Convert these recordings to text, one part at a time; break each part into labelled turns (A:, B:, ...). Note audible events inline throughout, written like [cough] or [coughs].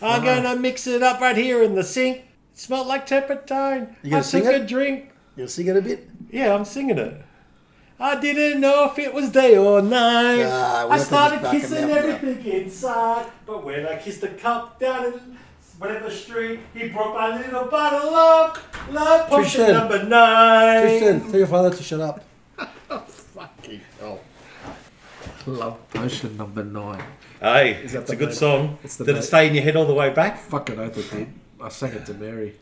A: I'm
B: Uh-huh.
A: gonna mix it up right here in the sink. It smelled like turpentine. I
B: You gonna sing
A: took
B: it?
A: a drink.
B: You'll sing it a bit.
A: Yeah, I'm singing it. I didn't know if it was day or night.
B: Ah, we'll
A: I
B: have to
A: started
B: just back 'em
A: kissing
B: out now.
A: everything inside, but when I kissed the cup down in whatever street, he brought my little bottle of love potion
B: Tristan.
A: number nine.
B: Tristan, tell your father to shut up.
A: Fucking hell.
C: Love potion number nine.
A: Hey,
C: that
A: it's
C: the
A: a good
C: mate?
A: song.
C: It's the
A: Did it
C: mate.
A: stay in your head all the way back?
C: Fucking oath it did. I sang it to Mary.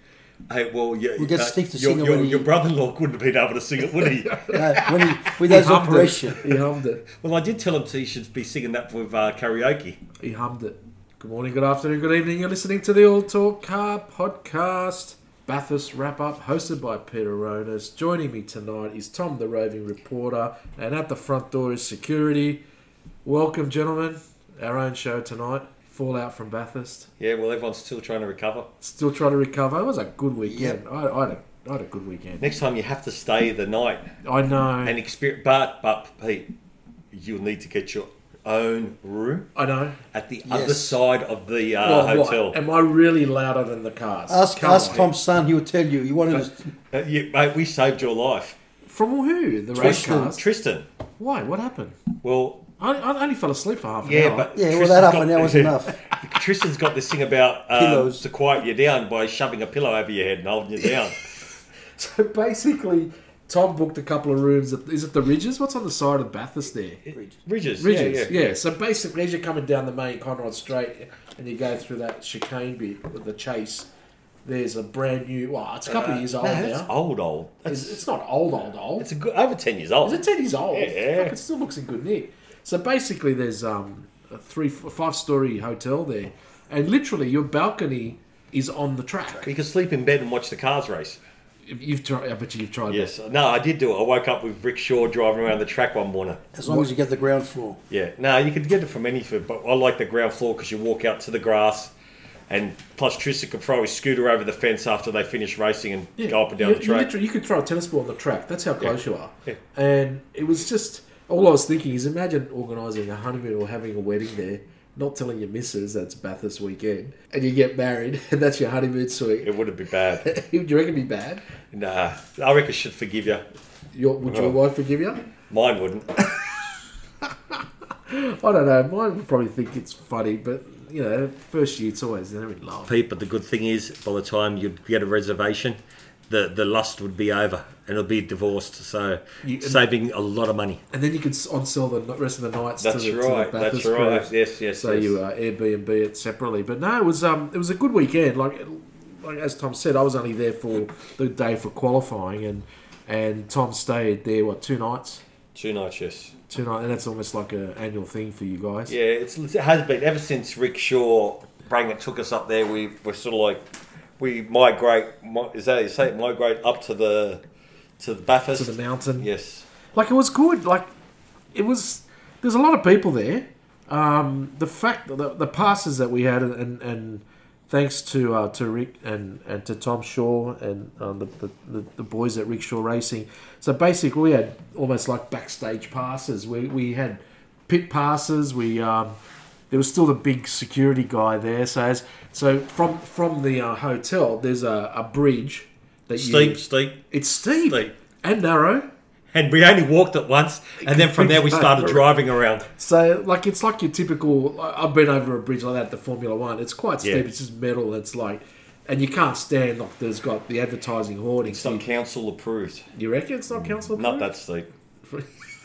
A: Hey, well, you,
B: We'll get Steve to
A: your,
B: sing it
A: your,
B: when he-
A: your brother-in-law couldn't have been able to sing it, would
B: [laughs]
A: he?
B: No,
A: [laughs]
B: when he, with those
C: hummed
B: operation.
C: It. He hummed it.
A: well, I did tell him he should be singing that with uh, karaoke.
C: He hummed it. Good morning, good afternoon, good evening. You're listening to the All Talk Car podcast. Bathurst wrap up, hosted by Peter Ronas. Joining me tonight is Tom, the roving reporter, and at the front door is security. Welcome, gentlemen. Our own show tonight. Fallout from Bathurst.
A: Yeah, well, everyone's still trying to recover.
C: Still trying to recover. It was a good weekend.
B: Yep.
C: I, I, had a, I had a good weekend.
A: Next time, you have to stay the night
C: I know.
A: and experience. But, but, Pete, you'll need to get your own room
C: I know.
A: at the
B: Yes.
A: other side of the uh,
C: Well, what?
A: hotel.
C: Am I really louder than the cars?
B: Ask,
C: Come
B: ask
C: on.
B: Tom's son, he will tell you. He wanted us.
A: Uh, you, mate, we saved your life,
C: From who? The race
B: Tristan.
C: cars?
A: Tristan.
C: Why? What happened?
A: Well,
C: I, I only fell asleep for half an
A: Yeah,
C: hour.
A: but
B: Yeah, well,
A: Tristan's
B: that half
A: got-
B: an
A: [laughs]
B: hour was enough.
A: Tristan's got this thing about um,
B: Pillows.
A: to quiet you down by shoving a pillow over your head and holding you down.
C: [laughs] So basically, Tom booked a couple of rooms. At, is it the Ridges? What's on the side of Bathurst there?
A: Ridges, yeah,
C: Ridges.
A: yeah.
C: So basically, as you're coming down the main Conrad Straight and you go through that chicane bit with the chase, there's a brand new. Well, it's a couple of years old
A: Uh, No, that's
C: now.
A: old, old. That's,
C: It's, it's not old, old, old.
A: it's a good over ten years old.
C: Is it ten years old?
A: Yeah.
C: Fuck, it still looks in good nick. So basically, there's um, a three, five story hotel there, and literally your balcony is on the track.
A: You can sleep in bed and watch the cars race.
C: If You've tried, I bet you you've tried. that.
A: Yes. No, I did do it. I woke up with Rick Shaw driving around the track one morning.
B: As long as you get the ground floor.
A: Yeah. No, you could get it from any food, but I like the ground floor because you walk out to the grass, and plus Tristan could throw his scooter over the fence after they finish racing and
C: Yeah.
A: go up and down
C: you,
A: the
C: you
A: track.
C: literally- you could throw a tennis ball on the track. That's how close you are.
A: Yeah.
C: And it was just all I was thinking is imagine organising a honeymoon or having a wedding there. Not telling your missus that's Bathurst weekend, and you get married, [laughs] and that's your honeymoon suite.
A: it wouldn't be bad.
C: [laughs] Do you reckon it'd be bad?
A: nah, I reckon she'd forgive you.
C: Your, would your
A: Well.
C: wife forgive you?
A: Mine wouldn't.
C: I don't know. Mine would probably think it's funny, but you know, first year it's always they're in love.
A: Pete, but the good thing is, by the time you'd get a reservation, the, the lust would be over and it'll be divorced. So
C: You-
A: saving a lot of money.
C: And then you could s- on sell the n- rest of the nights.
A: That's
C: to the,
A: right,
C: To the
A: that's
C: Bathurst
A: right.
C: cruise.
A: Yes, yes,
C: So
A: yes.
C: you uh, Airbnb it separately, but no, it was um, it was a good weekend. Like, like as Tom said, I was only there for the day for qualifying, and and Tom stayed there what two nights,
A: Two nights, yes.
C: two nights, and that's almost like an annual thing for you guys.
A: Yeah, it's, it has been ever since Rick Shaw Brang it took us up there. We were sort of like we migrate. mi- Is that how you say it? Migrate up to the to the Bathurst
C: To the mountain.
A: Yes,
C: like it was good. Like it was. There's a lot of people there. Um, the fact the, the passes that we had, and, and, and thanks to uh, to Rick and, and to Tom Shaw and um, the, the, the the boys at Rickshaw Racing. So basically, we had almost like backstage passes. We we had pit passes. We um, there was still the big security guy there. So as, so from from the uh, hotel, there's a, a bridge that
A: steep,
C: you
A: steep,
C: it's steep,
A: Steep.
C: and narrow.
A: and we only walked it once, and then from there we started driving around.
C: So, like, it's like your typical. I- I've been over a bridge like that, the Formula One. It's quite steep.
A: Yeah.
C: It's just metal. It's like, and you can't stand. Like, there's got the advertising hoarding.
A: It's not
C: You,
A: council approved.
C: you reckon it's not council?
A: Mm, Not
C: approved?
A: that steep.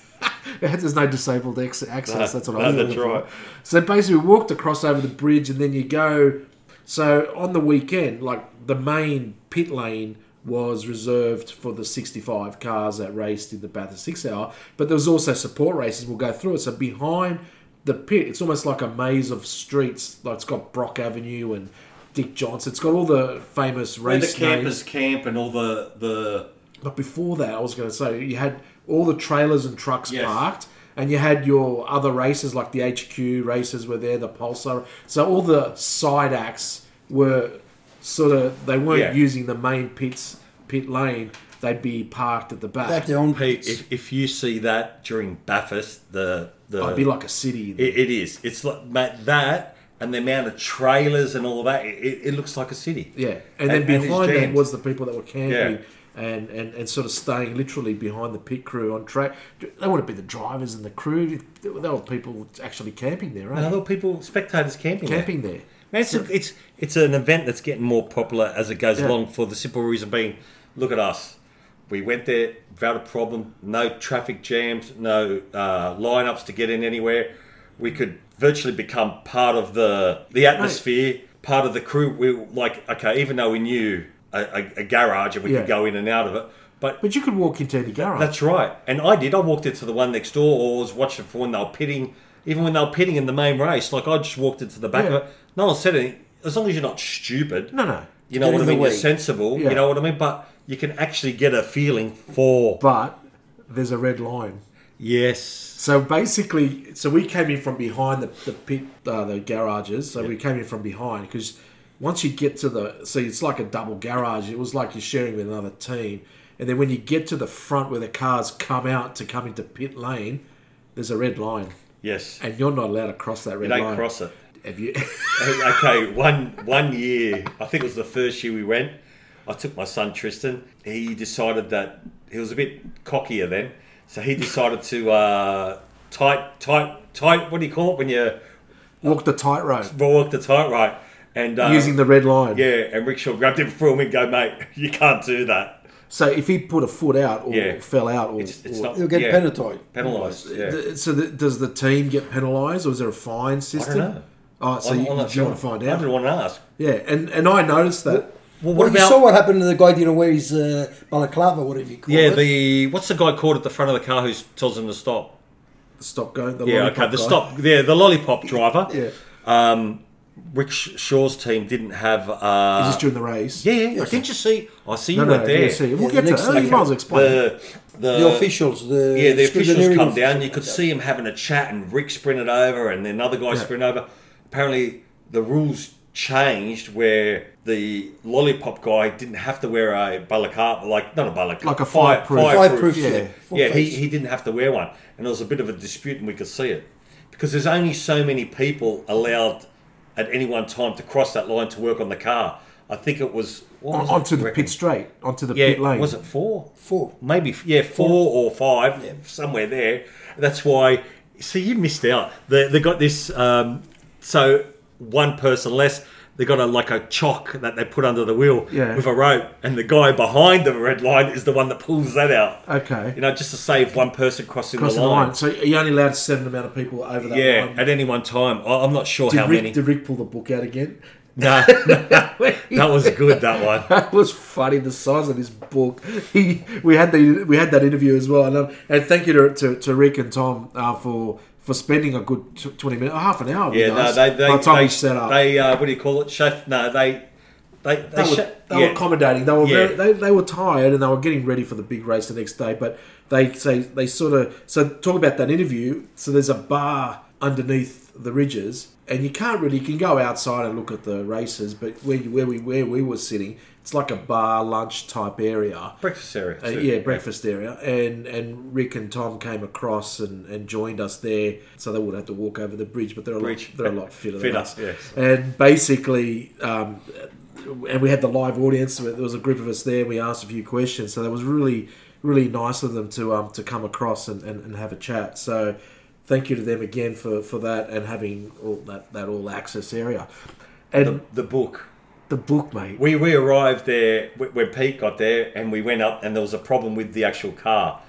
C: [laughs] there's no disabled ex- access.
A: No,
C: that's what
A: no,
C: I was
A: that's
C: looking for.
A: right.
C: So basically, we walked across over the bridge, and then you go. So on the weekend, like the main pit lane was reserved for the 65 cars that raced in the Bathurst Six Hour, but there was also support races. We'll go through it. So behind the pit, it's almost like a maze of streets. Like it's got Brock Avenue and Dick Johnson. It's got all the famous
A: Where the
C: race names.
A: campers camp and all the the
C: But before that, I was going to say you had all the trailers and trucks
A: Yes.
C: parked, and you had your other races like the HQ races were there, the Pulsar. So all the side acts were sort of they weren't
A: Yeah.
C: using the main pits pit lane; they'd be parked at the back.
B: Back their own
A: Pete, if, if you see that during Bathurst, the the
C: It'd be like a city.
A: it, it is. It's like mate, that, and the amount of trailers and all of that, it, it looks like a city.
C: Yeah, and then
A: And- and it's
C: behind that
A: jammed.
C: was the people that were camping and, and, and sort of staying literally behind the pit crew on track. They wouldn't be the drivers and the crew. They were people actually camping there,
A: And
C: right?
A: other people, spectators camping. there.
C: Camping there.
A: Man, it's, it's it's an event that's getting more popular as it goes
C: Yeah.
A: along for the simple reason being, look at us. We went there without a problem, no traffic jams, no uh, lineups to get in anywhere. We could virtually become part of the the atmosphere, part of the crew. We were like okay, even though we knew a, a, a garage and we
C: Yeah.
A: could go in and out of it, but
C: But you could walk into any garage.
A: that's right. And I did. I walked into the one next door, or was watching for when they were pitting, even when they were pitting in the main race. Like I just walked into the back
C: Yeah.
A: of it. No one said anything. As long as you're not stupid,
C: no, no.
A: you know
B: Get
A: what
B: in
A: I
B: the
A: mean. You're
B: way.
A: sensible.
C: Yeah.
A: You know what I mean. But you can actually get a feeling for
C: But there's a red line.
A: yes,
C: So basically, so we came in from behind the, the pit, uh, the garages. So we came in from behind because once you get to the, see, it's like a double garage. It was like you're sharing with another team. And then when you get to the front where the cars come out to come into pit lane, there's a red line,
A: yes.
C: and you're not allowed to cross that red
A: You don't
C: line.
A: cross it.
C: Have you? [laughs]
A: okay, one one year, I think it was the first year we went. I took my son Tristan. He decided that he was a bit cockier then, so he decided to uh, tight, tight, tight. What do you call it when you
C: Walk the tightrope
A: walk the tight right? And uh,
C: using the red line.
A: yeah, and Rickshaw grabbed him for him and go, mate, [laughs] you can't do that.
C: So if he put a foot out or
A: Yeah.
C: fell out or,
A: It's, it's
C: or-
A: not.
B: You'll get
A: yeah,
B: penalized.
A: penalised. Yeah.
C: Th- So th does the team get penalised, or is there a fine system?
A: know.
C: Oh, so
A: I'm- I'm
C: you, you
A: not
C: want to
A: sure.
C: find
A: I didn't
C: out?
A: want to ask.
C: Yeah, and, and I noticed that.
A: Well,
B: Well,
A: what
B: you saw
A: about?
B: what happened to the guy didn't wear his uh, balaclava, whatever you call
A: Yeah,
B: it.
A: the what's the guy called at the front of the car who tells him to stop?
C: Stop going. The
A: Yeah,
C: lollipop
A: okay. The
C: guy.
A: stop. Yeah, the lollipop driver.
C: [laughs]
A: Um,
C: Yeah,
A: Rick Shaw's team didn't have. Uh,
C: just during the race.
A: yeah, yeah. Didn't you see? I see
C: no,
A: you
C: no,
A: went there.
C: yeah, see, we'll
B: Yeah, the
C: get to
B: next
C: that. You
B: thing-
C: might as well explain. it.
A: the, the
B: the officials, the
A: uh, Yeah, the officials
B: disciplinary
A: come down.
B: officials.
A: You could see him having a chat, and Rick sprinted over, and then another guy sprinted over. Apparently, the rules changed where the lollipop guy didn't have to wear a balaclava, like not a balaclava,
C: Like a
A: fire-
C: fireproof.
B: Fireproof, yeah. Full
A: yeah. He,
B: face.
A: he didn't have to wear one, and there was a bit of a dispute, and we could see it because there's only so many people allowed at any one time to cross that line to work on the car. I think it was, what
C: On,
A: was it?
C: onto the
A: Reckon-
C: pit straight, onto the
A: yeah,
C: pit lane.
A: was it four?
B: Four.
A: maybe f- yeah, four or five, somewhere there. That's why. See, you missed out. They they got this. Um, so one person less. They got a like a chalk that they put under the wheel
C: Yeah.
A: with a rope, and the guy behind the red line is the one that pulls that out.
C: Okay.
A: You know, just to save one person crossing,
C: Crossing
A: the line.
C: So you're only allowed a certain amount of people over that
A: Yeah,
C: line.
A: at any one time. I, I'm not sure
C: Did
A: how
C: Rick,
A: many.
C: Did Rick pull the book out again? [laughs]
A: No, that was good. That one.
C: That was funny. The size of his book. [laughs] He, we had the we had that interview as well, and, um, and thank you to, to, to Rick and Tom uh, for for spending a good tw- twenty minutes, half an hour.
A: Yeah,
C: with
A: no,
C: us
A: they they
C: by the time
A: they,
C: we set up. They,
A: they uh, what do you call it? Chef? No, they they they,
C: were,
A: sha-
C: they were
A: yeah.
C: accommodating. They were
A: Yeah.
C: very, they, they were tired and they were getting ready for the big race the next day. But they say they sort of so talk about that interview. So there's a bar underneath the ridges, and you can't really you can go outside and look at the races, but where you, where we where we were sitting, it's like a bar lunch type area.
A: breakfast area.
C: Uh,
A: too.
C: yeah, breakfast area, and and Rick and Tom came across and, and joined us there, so they would have to walk over the bridge, but they're a
A: Bridge.
C: lot they're a lot fitter than
A: Fitter,
C: us.
A: yes.
C: And basically, um, and we had the live audience. There was a group of us there. and We asked a few questions, so that was really really nice of them to um to come across and, and, and have a chat. So thank you to them again for, for that and having all that that all access area, and the,
A: the book.
C: book, mate.
A: We we arrived there wh- when Pete got there, and we went up, and there was a problem with the actual car.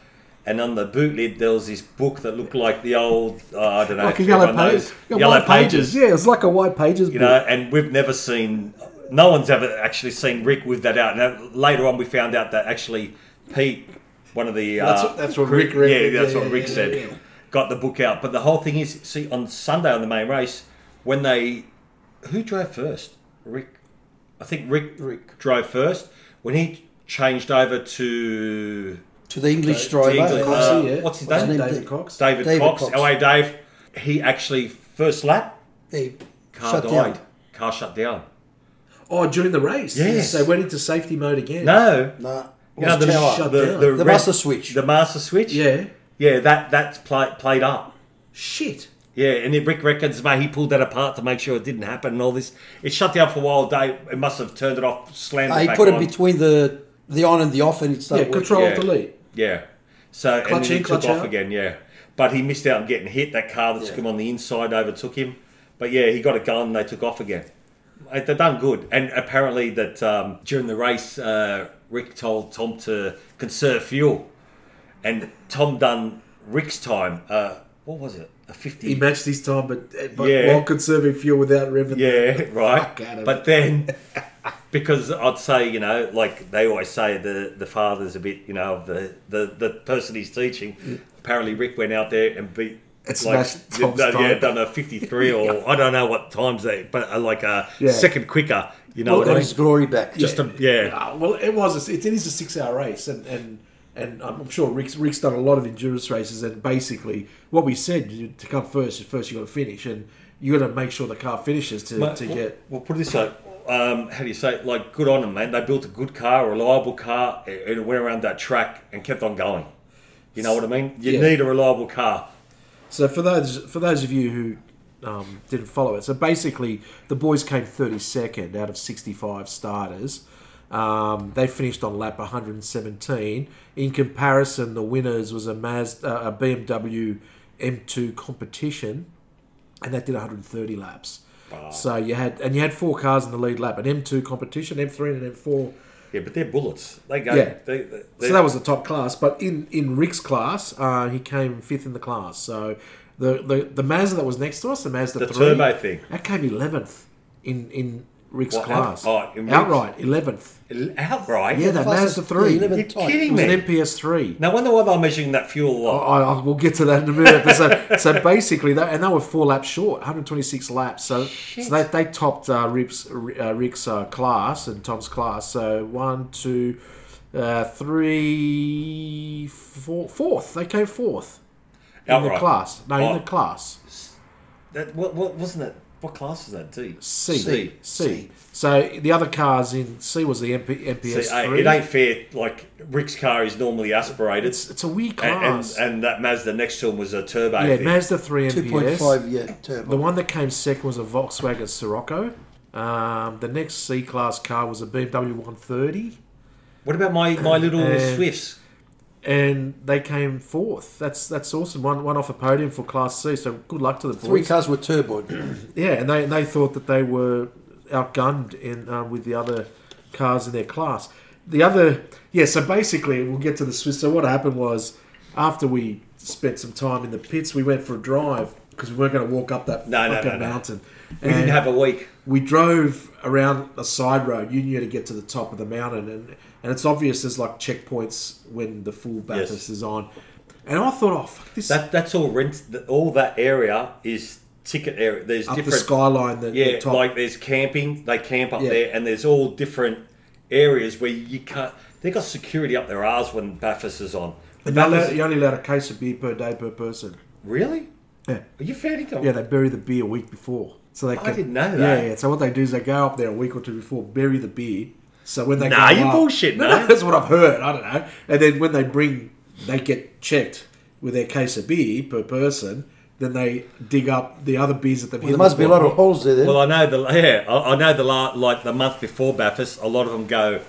A: And on the boot lid, there was this book that looked like the old uh, I don't know,
C: Like a
A: if
C: yellow
A: everyone
C: page,
A: knows,
C: yeah,
A: yellow
C: white pages.
A: pages.
C: Yeah, it's like a white pages.
A: You know, and we've never seen. No one's ever actually seen Rick with that out. Now later on, we found out that actually Pete, one of the
C: That's
A: uh,
C: what- that's what
A: crew-
C: Rick read.
A: Yeah, that's
C: Yeah,
A: what
C: yeah,
A: Rick
C: yeah,
A: said.
C: yeah.
A: Got the book out, but the whole thing is, see, on Sunday on the main race, when they who drove first, Rick I think Rick, Rick drove first. When he changed over to
B: to the English
A: to
B: driver.
A: England,
B: uh,
A: uh,
C: yeah.
A: what's his
B: What's
A: name?
B: his name?
C: David
B: Da-
C: Cox.
A: David,
B: David
A: Cox.
B: Cox.
A: LA Dave. He actually first lap
B: they
A: car
B: shut
A: died.
B: down.
A: Car shut down.
C: Oh, during the race.
A: Yes.
C: So they went into safety mode again.
A: No.
B: Nah,
A: You know,
B: it was tower.
C: shut down.
B: The master switch.
A: The master switch.
C: Yeah.
A: Yeah. That that's play, played up.
C: Shit.
A: Yeah, and then Rick reckons, mate, he pulled that apart to make sure it didn't happen and all this. It shut down for a while, Dave. It must have turned it off, slammed
B: Uh,
A: it
B: he
A: back
B: put it
A: on.
B: between the the on and the off, and it
C: Yeah,
B: started working.
C: control
A: Yeah.
C: delete.
A: Yeah. So and
C: Clutch
A: then he
C: in,
A: took
C: clutch
A: off
C: out.
A: again. Yeah, but he missed out on getting hit. That car that's
B: Yeah.
A: come on the inside overtook him. But yeah, he got a gun. and They took off again. Uh, They done good. And apparently that um, during the race, uh, Rick told Tom to conserve fuel, and Tom done Rick's time. Uh, what was it? A
C: He
A: fifty.
C: matched his time, but, but
A: Yeah.
C: while conserving fuel without revving.
A: Yeah, right.
C: [laughs] fuck out of
A: But then, because I'd say, you know, like they always say, the the father's a bit, you know, of the the, the person he's teaching. Apparently, Rick went out there and beat.
C: It smashed
A: yeah,
C: Tom's
A: done- yeah,
C: time.
A: done a fifty-three
C: [laughs]
A: or I don't know what times they, but uh, like a
C: Yeah.
A: second quicker. You know
B: Got
A: what I
B: his
A: mean?
B: glory back.
A: Just a yeah,
C: Ah, well, it was. A, it is a six-hour race, and and and I'm sure Rick's Rick's done a lot of endurance races, and basically what we said you- to come first is first you got to finish, and you got to make sure the car finishes to,
A: Mate,
C: to
A: we'll,
C: get.
A: We'll put it this way. Um, how do you say? it? Like, good on them, man. They built a good car, a reliable car, and it went around that track and kept on going. You know what I mean? You
C: Yeah.
A: need a reliable car.
C: So for those for those of you who um, didn't follow it, so basically the boys came 32nd out of 65 starters. Um, they finished on lap 117. In comparison, the winners was a Maz, uh, a BMW M2 competition, and that did 130 laps. So you had and you had four cars in the lead lap: an M2 competition, M3, and an M4.
A: Yeah, but they're bullets. They go.
C: Yeah.
A: They, they, they,
C: So that was the top class. But in, in Rick's class, uh, he came fifth in the class. So the, the, the Mazda that was next to us, the Mazda
A: The
C: 3,
A: turbo thing.
C: that came 11th in, in Rick's
A: What,
C: class.
A: outright in Rick's?
C: outright, 11th.
A: outright.
C: Yeah, that
B: Fastest-
C: Mazda 3.
B: yeah, 11
A: You're
B: tight.
A: kidding
C: it was
A: me.
C: an MPS 3.
A: No wonder why they're measuring that fuel a
C: I,
A: lot.
C: I, we'll get to that in a minute. But so, so basically, they, and they were four laps short, 126 laps. So, so they, they topped uh, Rick's, uh, Rick's uh, class and Tom's class. So one, two, uh, three, four, fourth. They came fourth in the
A: Outright.
C: class. No, in
A: Oh.
C: the class.
A: That what, what wasn't that? What class is that? D.
C: C.
A: C.
C: C. So the other cars in C was the MP,
A: See,
C: MPS
A: hey,
C: three.
A: it ain't fair. Like Rick's car is normally aspirated,
C: it's it's a weird
A: and, and
C: class.
A: and that Mazda next to him was a turbo.
C: yeah,
A: thing.
C: Mazda three MPS.
B: two point five yeah turbo.
C: The one that came second was a Volkswagen Sirocco. Um, the next C class car was a BMW 130,
A: what about my my little
C: Uh,
A: Swifts?
C: and they came fourth. That's that's awesome. One one off the podium for Class C. So good luck to the boys.
B: Three cars were turboed.
C: Yeah, and they, and they thought that they were outgunned in um, with the other cars in their class. The other, yeah. So basically, we'll get to the Swiss. So what happened was, after we spent some time in the pits, we went for a drive because we weren't going to walk up that
A: No, no, no,
C: fucking
A: no.
C: mountain.
A: We didn't
C: uh,
A: have a week.
C: we drove around a side road. You knew to get to the top of the mountain, and and it's obvious there's like checkpoints when the full Bathurst is on. And I thought, oh fuck, this
A: That that's all rent. All that area is ticket area. There's
C: up the
A: different
C: skyline, the,
A: Yeah,
C: the top.
A: like there's camping. They camp up
C: Yeah.
A: there, and there's all different areas where you can't. They got security up their arse when Bathurst is on.
C: and you're,
A: Bathurst-
C: allowed, you're only allowed a case of beer per day per person.
A: really?
C: Yeah.
A: Are you fair dinkum?
C: Yeah, they bury the beer a week before. So they
A: I
C: can-
A: didn't know
C: Yeah,
A: that.
C: yeah. So what they do is they go up there a week or two before, bury the beer. So when they
A: Nah,
C: go
A: you
C: up-
A: bullshit,
C: No,
A: no.
C: no, [laughs] that's what I've heard. I don't know. And then when they bring, they get checked with their case of beer per person. Then they dig up the other beers that they've.
B: There must be a lot of holes there. Then.
A: Well, I know the yeah. I, I know the la, like the month before Bathurst, a lot of them go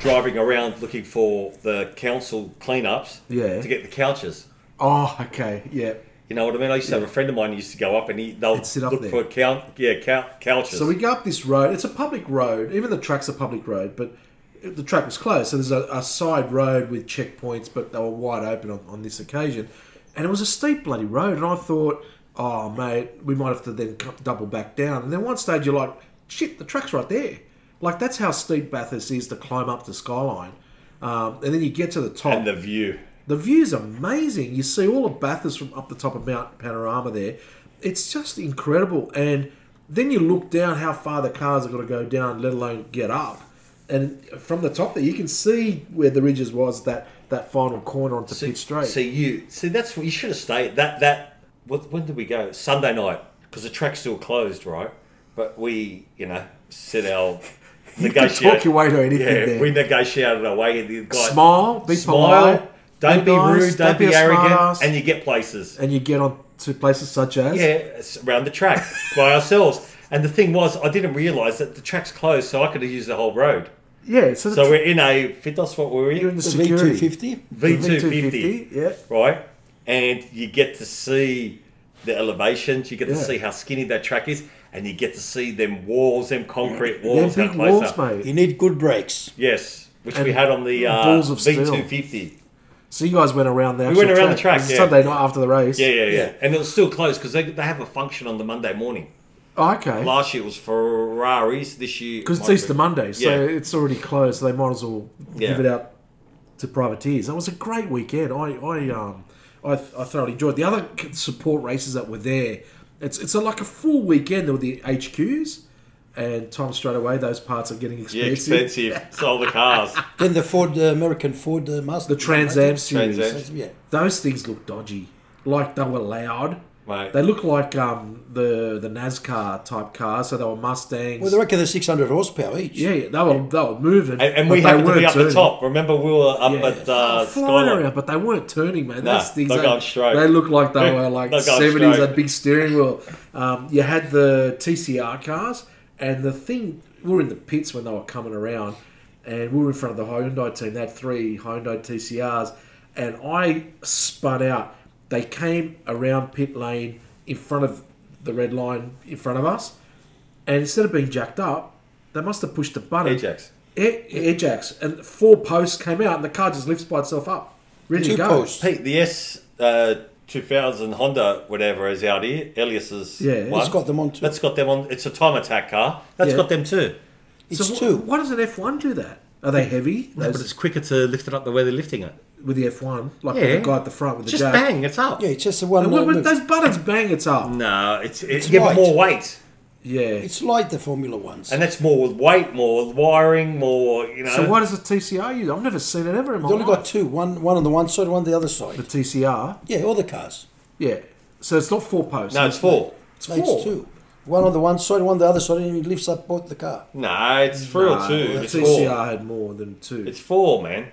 A: driving around looking for the council cleanups.
C: Yeah.
A: To get the couches.
C: Oh, okay. Yeah.
A: You know what I mean? I used to have a friend of mine who used to go up and he they'll
C: sit up
A: look
C: there.
A: for count yeah cou- couches.
C: So we go up this road. It's a public road. Even the track's a public road, but the track was closed. So there's a, a side road with checkpoints, but they were wide open on, on this occasion. And it was a steep bloody road. And I thought, oh, mate, we might have to then come, double back down. And then one stage you're like, shit, the track's right there. Like that's how steep Bathurst is to climb up the skyline. Um, and then you get to the top.
A: and the view.
C: The view's amazing. You see all of Bathurst from up the top of Mount Panorama there. It's just incredible. And then you look down how far the cars are going to go down, let alone get up. And from the top there, you can see where the ridges was that that final corner onto Pitt Straight.
A: See you. See that's what you should have stayed. That that. What, when did we go? Sunday night because the track's still closed, right? But we, you know, set our
C: [laughs] you can
A: negotiate.
C: talk your way to anything
A: yeah,
C: there.
A: we negotiated our way. The guy
C: Smile, be
A: smile.
C: polite,
A: Don't be
C: nice,
A: rude. Don't, be,
C: a
A: arrogant,
C: smartass,
A: and you get places.
C: and you get on to places such as
A: Yeah, it's around the track
C: [laughs]
A: by ourselves. And the thing was, I didn't realise that the track's closed, so I could have used the whole road.
C: Yeah, so,
A: So
C: the,
A: we're in a Fitos, what were we
C: you're
A: in?
C: in the
B: The
C: security
B: V250.
A: V two
C: V250,
A: fifty,
C: Yeah,
A: right? And you get to see the elevations. You get to
C: Yeah.
A: see how skinny that track is, and you get to see them walls, them concrete
C: they're
A: walls, how
C: big
A: close
C: walls,
A: up.
C: mate.
B: You need good brakes.
A: Yes, which we
C: And
A: had on the uh,
C: balls of
A: V
C: steel.
A: two fifty.
C: So you guys went around the actual
A: went around the track,
C: It was
A: yeah.
C: Sunday night after the race.
A: Yeah, yeah, yeah,
B: Yeah.
A: And it was still closed because they, they have a function on the Monday morning.
C: Oh, okay.
A: Last year it was Ferraris. This year
C: Because it's
A: might
C: Easter
A: be-
C: Monday, so
A: Yeah.
C: it's already closed. So they might as well
A: Yeah.
C: give it out to privateers. That was a great weekend. I I um I, I thoroughly enjoyed the other c- support races that were there. It's it's a, like a full weekend. There were the HQs, and time straight away those parts are getting
A: Yeah,
C: expensive.
A: expensive. Sold the cars.
B: Then the Ford, uh, American Ford uh, Master.
C: The Trans Am series,
A: Trans Am.
B: Yeah.
C: those things look dodgy. Like they were loud.
A: Right.
C: They look like um, the the NASCAR type cars. So they were Mustangs.
B: Well, they reckon they're 600 horsepower each.
C: Yeah, yeah, they were they were moving,
A: And, and
C: but
A: we
C: they
A: happened to
C: weren't
A: be up
C: turning.
A: the top. Remember, we were up
C: Yeah. oh,
A: at uh,
C: flying
A: Skyline.
C: around, but they weren't turning, man.
A: Nah,
C: Those things
A: they're
C: they-
A: going straight.
C: They look like
A: [laughs]
C: they were like
A: They're going
C: seventies.
A: straight.
C: That big steering wheel. Um, you had the TCR cars, and the thing we were in the pits when they were coming around, and we were in front of the Hyundai team. They had three Hyundai TCRs, and I spun out. They came around pit lane in front of the red line in front of us, and instead of being jacked up, they must have pushed the button.
A: Ajax.
C: Air, air jacks and four posts came out and the car just lifts by itself up. Ready
B: Two
C: to go.
B: posts.
A: Pete, the S uh, 2000 Honda, whatever, is out here. Elias's.
C: Yeah, it's
A: one.
B: It's got them on too.
A: That's got them on. It's a time attack car. That's
C: Yeah.
A: got them too.
B: It's
C: wh-
B: two.
C: Why does an F one do that? Are they heavy?
A: No, but
C: Those-
A: it's quicker to lift it up the way they're lifting it.
C: with the F one, like
A: Yeah.
C: the guy at the front with the
A: Just
C: jack.
A: bang, it's up.
B: Yeah, it's just the one.
C: And when-
B: uh,
C: when
B: move.
C: those buttons bang, it's up.
A: No, it's it's,
B: It's
A: you get
B: light.
A: more weight,
C: Yeah.
B: It's like the Formula Ones.
A: and that's more with weight, more with wiring, more you know.
C: so why does the TCR use? it? I've never seen it ever in my
B: They only
C: life.
B: got two. One, one on the one side, one on the other side.
C: the TCR.
B: Yeah, all the cars.
C: Yeah. So it's not four posts.
A: No, it's four.
C: It's
B: No,
C: four.
B: it's two. One on the one side, one on the other side, and it lifts up both the car.
A: No, it's three or
C: No,
A: two.
C: The
A: It's
C: TCR
A: four.
C: had more than two.
A: It's four, man.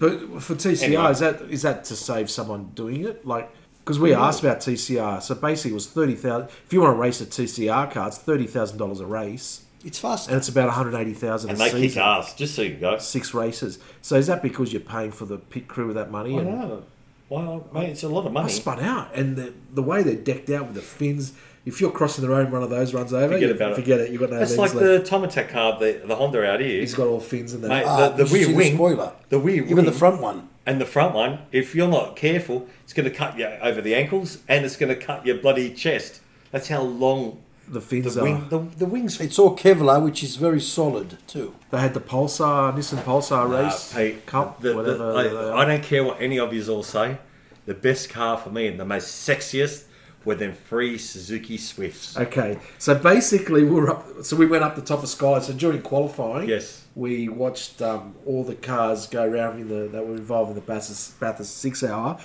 C: But for TCR,
A: Anyway. Mm-hmm.
C: is that is that to save someone doing it? Like, because we asked about TCR, so basically it was thirty thousand. If you want to race a TCR car, it's thirty thousand dollars a race,
B: It's fast.
C: and it's about one hundred eighty thousand a
A: And they
C: season.
A: kick ass. Just so you go.
C: Six races. So is that because you're paying for the pit crew with that money? and
A: No, well, mate, it's a lot of
C: I
A: money.
C: spun out, and the, the way they're decked out with the fins. If you're crossing the road, and one of those runs over.
A: Forget
C: you-
A: about it.
C: forget it. You've got no
A: That's
C: legs
A: like
C: left.
A: the Tomatech car, the, the Honda out here.
C: He's got all fins and that.
A: Mate, the,
B: Ah, you
A: the
B: should see
A: rear wing,
B: spoiler.
A: the rear
B: Even
A: wing,
B: the front one.
A: and the front one. If you're not careful, it's going to cut you over the ankles, and it's going to cut your bloody chest. That's how long the
C: the fins are.
A: wing, the, the wings.
B: It's all Kevlar, which is very solid too.
C: They had the Pulsar Nissan Pulsar
A: Uh,
C: race
A: Pete,
C: cup,
A: the- the-
C: whatever.
A: I,
C: they are.
A: I don't care what any of yous all say. The best car for me and the most sexiest were them three Suzuki Swifts.
C: Okay, so basically we were up, so we went up the top of Sky. So during qualifying,
A: Yes.
C: we watched um, all the cars go around in the that were involved in the Bathurst, Bathurst six hour,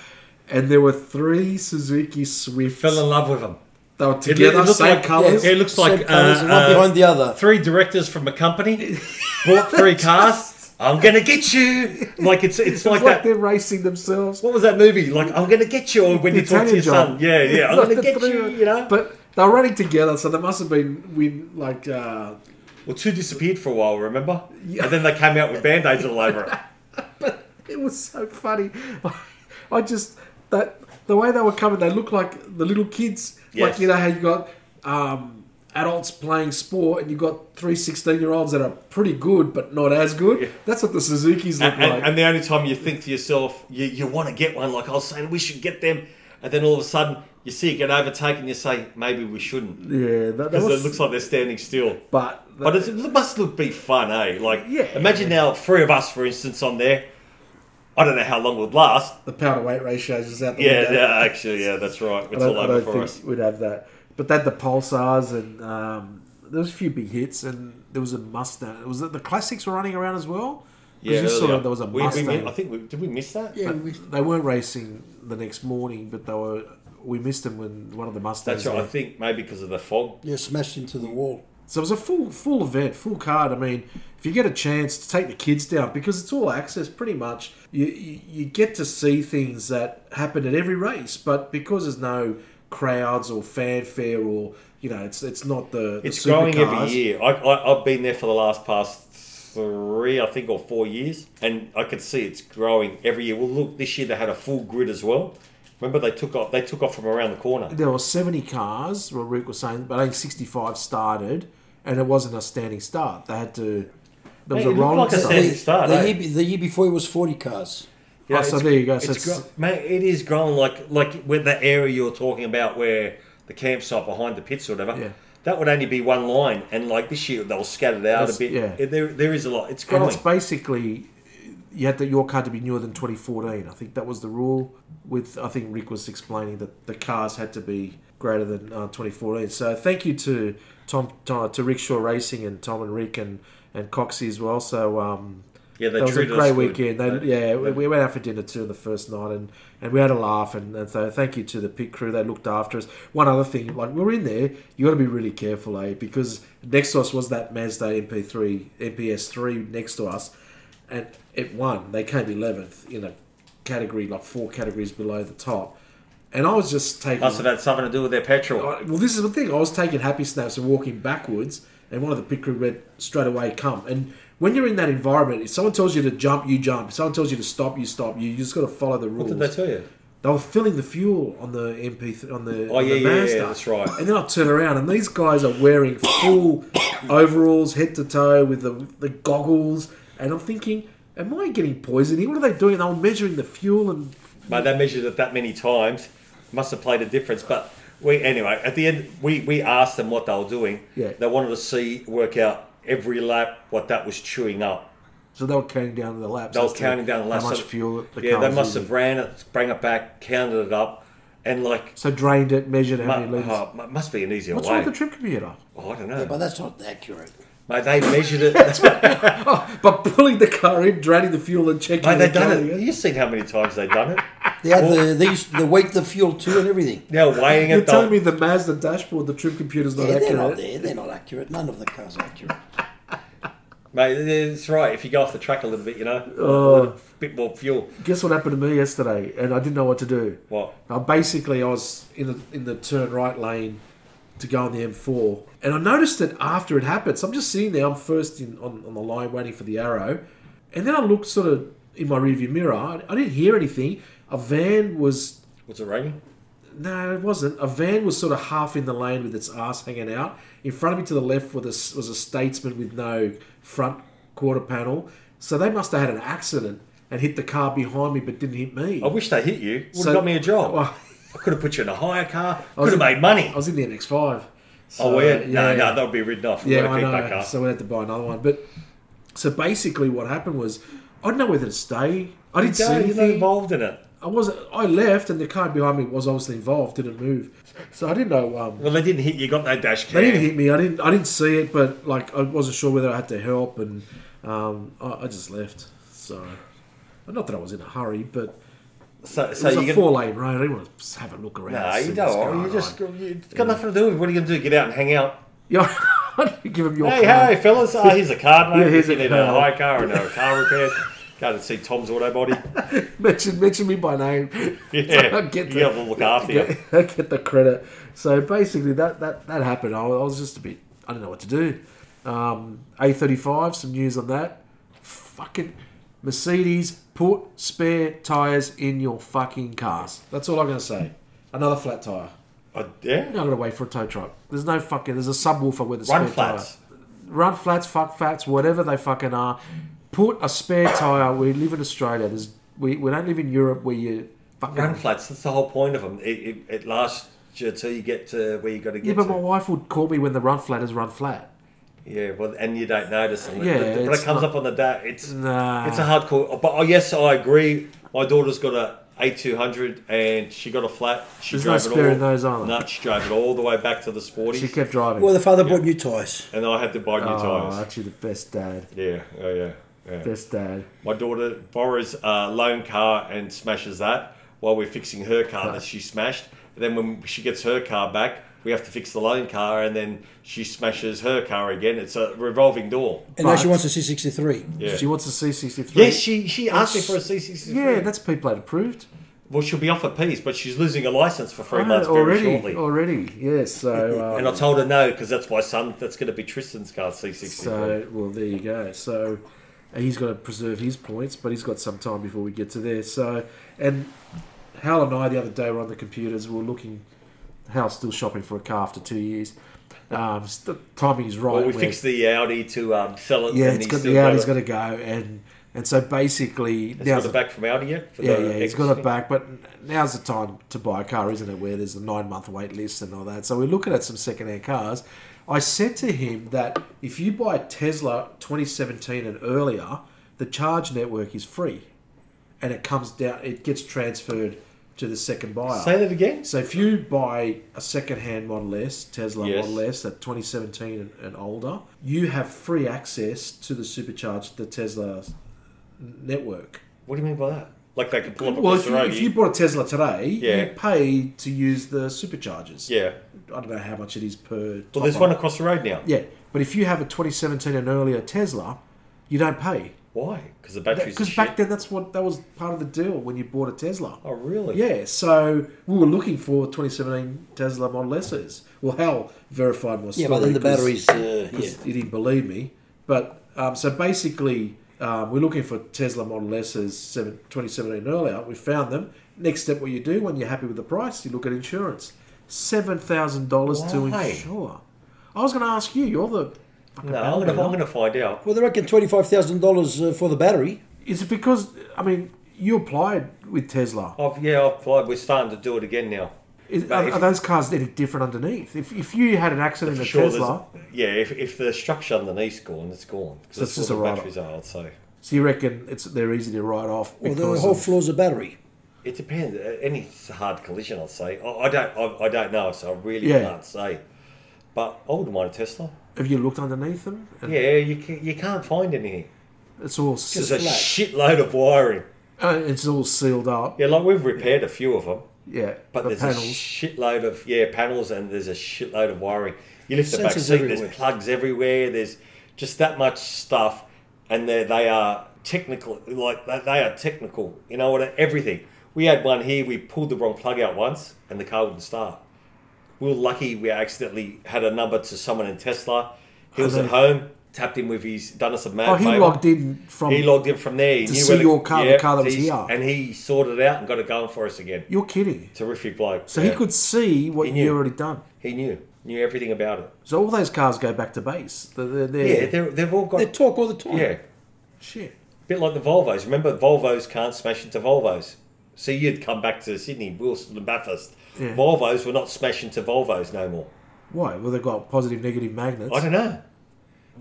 C: and there were three Suzuki Swifts.
A: Fell in love with them.
C: they were together,
A: looks
C: same
A: like-
C: colours.
B: yeah,
A: It looks
B: Same
A: like
B: colours,
A: uh,
B: one
A: uh,
B: behind the other.
A: Three directors from a
C: [laughs]
A: company bought three cars. I'm gonna get you. Like it's it's,
C: It's
A: like,
C: like
A: that.
C: they're racing themselves.
A: What was that movie? Like I'm gonna get you. Or when you talk to your
C: Italian
A: son,
C: Job.
A: yeah, yeah, I'm
C: Like
A: gonna
C: the
A: get
C: three-
A: you. You know.
C: But they were running together, so they must have been win like uh,
A: well, two disappeared for a while. Remember? And then they came out with band aids all over
C: [laughs]
A: it.
C: but it was so funny. I just that the way they were coming, they looked like the little kids.
A: Yes.
C: Like you know how you got um, adults playing sport, and you got three 16 year olds that are pretty good but not as good. That's what the Suzuki's look
A: And,
C: like.
A: and, and the only time you think to yourself, you, you want to get one, like I was saying, we should get them. And then all of a sudden, you see it get overtaken, you say, maybe we shouldn't.
C: yeah, that, that
A: Because
C: was,
A: it looks like they're standing still.
C: But,
A: But it's, it must look be fun, eh? Like,
C: Yeah.
A: imagine now three of us, for instance, on there. I don't know how long it would last.
C: the power to weight ratios is out the
A: Yeah,
C: window.
A: yeah, actually, yeah, that's right. It's
C: uh, I
A: all
C: don't, I
A: over
C: don't
A: for
C: think
A: us.
C: we'd have that. But they had the pulsars and um, there was a few big hits, and there was a Mustang. It was the classics were running around as well. 'Cause you saw
A: earlier.
C: there was a
A: We- we
C: Mustang.
A: mi- I think we, did we miss that?
B: Yeah, we,
C: They weren't racing the next morning, but they were. We missed them when one of the Mustangs.
A: That's right. I
C: left.
A: think maybe because of the fog.
B: yeah, smashed into the wall.
C: So it was a full full event, full card. I mean, if you get a chance to take the kids down, because it's all access pretty much, you you, you get to see things that happen at every race. But because there's no crowds or fanfare or you know it's it's not the, the
A: It's growing every
C: supercars.
A: year. I, I, I've been there for the last past three, I think, or four years, and I can see it's growing every year. Well, look, this year they had a full grid as well. Remember, they took off. They took off from around the corner.
C: There were seventy cars. What Rick was saying, but I think sixty-five started, and it wasn't a standing start. They had to. There was
A: Mate,
C: a
A: it looked
C: rolling
A: like a
C: start.
A: standing- Good start,
B: the,
A: eh?
B: year, be- the year before it was 40 cars.
A: Yeah,
C: oh, so
A: it's-
C: there you go. So
A: it's
C: it's,
A: gro- mate, it is growing like like with the area you're talking about where the campsite behind the pits or whatever.
C: Yeah.
A: That would only be one line, and like this year they'll scatter it out
C: That's-
A: a bit.
C: yeah.
A: It- There, there is a lot. It's
C: and
A: growing.
C: it's basically you had to, your car to be newer than 2014. I think that was the rule. With I think Rick was explaining that the cars had to be greater than uh, 2014. So thank you to Tom, Tom to Rickshaw Racing and Tom and Rick and and Coxie as well. So um,
A: yeah, they
C: that was a
A: treated us
C: great
A: good.
C: weekend. They, yeah, we, we went out for dinner too on the first night, and, and we had a laugh. And, and so, thank you to the pit crew. They looked after us. One other thing, like we were in there, you got to be really careful, eh? Because next to us was that Mazda MP3, MPS three next to us, and it won. They came eleventh in a category like four categories below the top, and I was just taking.
A: Must have had something to do with their petrol.
C: I- well, this is the thing. I was taking happy snaps and walking backwards, and one of the pit crew went straight away, come. And when you're in that environment, if someone tells you to jump, you jump. If someone tells you to stop, you stop. You, you just got to follow the rules.
A: What did they tell you?
C: They were filling the fuel on the MP th- on the
A: Oh,
C: on
A: yeah,
C: the
A: yeah, yeah,
C: Mazda.
A: that's right.
C: And then I turn around and these guys are wearing full [coughs] overalls, head to toe, with the the goggles, and I'm thinking, am I getting poisoning? What are they doing? They were measuring the fuel and
A: Mate, they measured it that many times. Must have played a difference. But we anyway, at the end we, we asked them what they were doing.
C: Yeah.
A: They wanted to see work out every lap what that was chewing up.
C: so they were counting down the laps.
A: They were
C: as to
A: counting down the last
C: how much
A: so-
C: fuel. The
A: Yeah,
C: car
A: they
C: was
A: must
C: using.
A: have ran it, bring it back, counted it up, and like
C: So drained it, measured how
A: mu-
C: many litres.
A: oh, mu- must be an easier
C: What's
A: way.
C: wrong with the trip computer?
A: Oh, I don't know.
B: Yeah, but that's not accurate.
A: Mate, they measured
C: [laughs]
A: it.
C: But pulling the car in, draining the fuel, and checking.
A: Mate,
C: the
A: they done
C: calorie.
A: it. You've seen how many times they've done it.
B: They had the, they used, they weight the fuel too and everything.
C: [laughs]
A: They're weighing
C: You're
A: it.
C: telling me
A: they'll-
C: the Mazda dashboard, the trip computer's not
B: Yeah, they're not
C: accurate.
B: there. They're not accurate. None of the cars are accurate.
A: Mate, it's right. If you go off the track a little bit, you know,
C: Oh.
A: a bit more fuel.
C: Guess what happened to me yesterday? And I didn't know what to do.
A: What?
C: I basically I was in the in the turn right lane to go on the M4, and I noticed it after it happened. So I'm just sitting there. I'm first in on, on the line waiting for the arrow, and then I looked sort of in my rearview mirror. I, I didn't hear anything. A van was
A: What's it raining?
C: No, it wasn't. A van was sort of half in the lane with its ass hanging out. In front of me to the left was a, was a statesman with no front quarter panel. So they must have had an accident and hit the car behind me but didn't hit me.
A: I wish they hit you. Would have
C: So-
A: got me a
C: [laughs]
A: job.
C: Well-
A: I could have put you in a hire car.
C: was
A: Could have made money.
C: I was in the NX5.
A: oh,
C: So,
A: yeah. no,
C: yeah.
A: no, that would be ridden off.
C: Yeah,
A: What a
C: I
A: big
C: know.
A: back car.
C: So we had to buy another one. But so basically, what happened was I didn't know whether to stay. I didn't see
A: No, you're not
C: anything.
A: involved in it.
C: I was I left, and the car behind me was obviously involved. Didn't move. So I didn't know. Um,
A: Well, they didn't hit you. Got no dash cam.
C: They didn't hit me. I didn't. I didn't see it, but like I wasn't sure whether I had to help, and um, I, I just left. So, not that I was in a hurry, but
A: So,
C: it
A: so
C: was
A: you
C: a
A: can-
C: four lane road. I didn't want to have a look around.
A: No,
C: and see
A: you
C: what's
A: don't.
C: going
A: You
C: on.
A: just you, it's got nothing to do with what are you going to do? Get out and hang out.
C: [laughs] yeah. give him your
A: Hey,
C: card.
A: hey, fellas. Uh, here's a card, mate.
C: [laughs] Yeah, here's
A: you
C: a
A: need a
C: card.
A: hire car and
C: [laughs]
A: a car repair. Go and see Tom's Auto Body.
C: mention mention me by name. [laughs]
A: Yeah,
C: I get
A: you
C: the-
A: have to look after
C: [laughs]
A: you.
C: I get the credit. So basically, that that that happened. I was, I was just a bit. I don't know what to do. Um, A35. Some news on that. Fucking Mercedes put spare tires in your fucking cars. That's all I'm gonna say. Another flat tire.
A: Uh, yeah,
C: You're not gonna wait for a tow truck. There's no fucking. There's a subwoofer with a
A: run
C: spare
A: flats.
C: tire run flats, fuck flats, whatever they fucking are. Put a spare tire. We live in Australia. There's we, we don't live in Europe where you fucking
A: Run flats. That's the whole point of them. It, it, it lasts you till you get to where you got to get
C: Yeah, but
A: to.
C: my wife would call me when the run flat is run flat.
A: Yeah, well, and you don't notice them.
C: Yeah,
A: Yeah, but
C: it's
A: it comes
C: not-
A: up on the day. It's
C: Nah.
A: it's a hardcore. But oh, yes, I agree. My daughter's got a A two hundred, and she got a flat. She
C: There's no
A: drove
C: spare
A: it all.
C: in those, are there?
A: No, she drove it all the way back to the sporty,
C: She kept driving.
B: Well, the father bought new tyres.
A: and I had to buy new
C: oh,
A: tires.
C: actually, the best dad.
A: Yeah, oh yeah, yeah.
C: Best dad.
A: My daughter borrows a loan car and smashes that while we're fixing her car that she smashed. And then when she gets her car back, we have to fix the loan car, and then she smashes her car again. It's a revolving door.
B: And now she
C: But-
B: wants a C63.
A: Yeah.
C: She wants a C63.
A: Yes, she she asked me for a C sixty three.
C: Yeah, that's P plate approved.
A: Well, she'll be off a piece, but she's losing a license for three
C: Oh,
A: months very
C: already,
A: shortly.
C: already, yes.
A: [laughs]
C: So,
A: And
C: um,
A: I told her no because that's my son. That's going to be Tristan's car, C64.
C: so well, there you go. So, he's got to preserve his points, but he's got some time before we get to there. So, and Hal and I the other day were on the computers. We were looking. Hal's still shopping for a car after two years. Um, the timing is right.
A: well, we
C: where-
A: fixed the Audi to um, sell it.
C: Yeah,
A: and
C: it's
A: he's
C: got
A: still
C: the Audi's
A: it.
C: got to go, and and so basically
A: He's got
C: now's
A: it
C: the,
A: back from Audi yet. For
C: yeah,
A: the
C: yeah,
A: X-
C: he's got it back, but now's the time to buy a car, isn't it? Where there's a nine month wait list and all that. So we're looking at some second hand cars. I said to him that if you buy a Tesla 2017 and earlier, the charge network is free, and it comes down, it gets transferred to the second buyer.
A: Say that again.
C: So if you buy a second-hand Model S, Tesla
A: Yes.
C: Model S, that 2017 and, and older, you have free access to the supercharged the Tesla network.
A: What do you mean by that? Like they could pull up
C: Well,
A: across
C: if
A: the
C: you,
A: road.
C: if
A: you-
C: you bought a Tesla today,
A: Yeah.
C: you pay to use the superchargers.
A: yeah. Uh-huh.
C: I don't know how much it is per.
A: Well, there's
C: top-up.
A: one across the road now.
C: Yeah, but if you have a 2017 and earlier Tesla, you don't pay
A: Why? Because the batteries. are
C: because
A: shit.
C: back then that's what that was part of the deal when you bought a Tesla.
A: Oh really?
C: Yeah, so we were looking for 2017 Tesla Model S's. Well, Hal verified my story.
B: Yeah, but then the
C: 'cause-
B: batteries. Uh, yeah.
C: 'cause He didn't believe me. But um, so basically, um, we're looking for Tesla Model S's seven, 2017 earlier. We found them. Next step, what you do when you're happy with the price, you look at insurance. Seven thousand dollars to
A: Why?
C: insure. I was going to ask you. You're the fucking
A: No, I'm gonna, I'm gonna find out.
B: Well, they reckon twenty-five thousand uh, dollars for the battery.
C: Is it because I mean you applied with Tesla?
A: I've, yeah, I've applied. We're starting to do it again now.
C: Is,
A: But
C: are,
A: if-
C: are those cars any different underneath? If, if you had an accident in a
A: Sure, there's-
C: Tesla,
A: yeah. If, if the structure underneath's gone, it's gone. Because
C: it's
A: that's
C: just
A: where the
C: a write-off.
A: batteries are. I'd say
C: So you reckon it's they're easy to write off
B: Well,
C: because
B: the whole
C: of-
B: floor's a battery.
A: it depends. Uh, Any hard collision, I'd say. I, I don't. I, I don't know, so I really
C: Yeah.
A: can't say. But I wouldn't mind a Tesla.
C: have you looked underneath them? And
A: Yeah, you can, you can't find anything.
C: It's all
A: There's
C: se-
A: a
B: flat.
A: shitload of wiring.
C: uh, it's all sealed up.
A: Yeah, like we've repaired a few of them,
C: Yeah,
A: but
C: the
A: there's
C: panels.
A: a shitload of yeah panels, and there's a shitload of wiring. You lift the back
B: Sensors
A: seat,
B: everywhere.
A: there's plugs everywhere. There's just that much stuff, and they they are technical. Like they they are technical. You know what? Everything. We had one here. We pulled the wrong plug out once, and the car wouldn't start. We were lucky. We accidentally had a number to someone in Tesla. He was at home. Tapped him with his done us a mad
C: oh, he
A: favour.
C: logged in from.
A: He logged in from there. He
C: To
A: knew
C: see
A: where
C: your car, the car that was
A: he's-
C: here.
A: And he sorted it out and got it going for us again.
C: You're kidding.
A: Terrific bloke.
C: So
A: yeah.
C: he could see what
A: knew.
C: you already done.
A: He knew. Knew everything about it.
C: So all those cars go back to base. They're, they're,
A: Yeah,
C: they're-
A: they're, they've all got.
B: They talk all the time.
A: yeah.
C: shit.
A: Bit like the Volvos. Remember, Volvos can't smash into Volvos. So you'd come back to Sydney, Wilson and Bathurst.
C: Yeah.
A: Volvos were not smashing to Volvos no more.
C: Why? Well, they've got positive, negative magnets.
A: I don't know.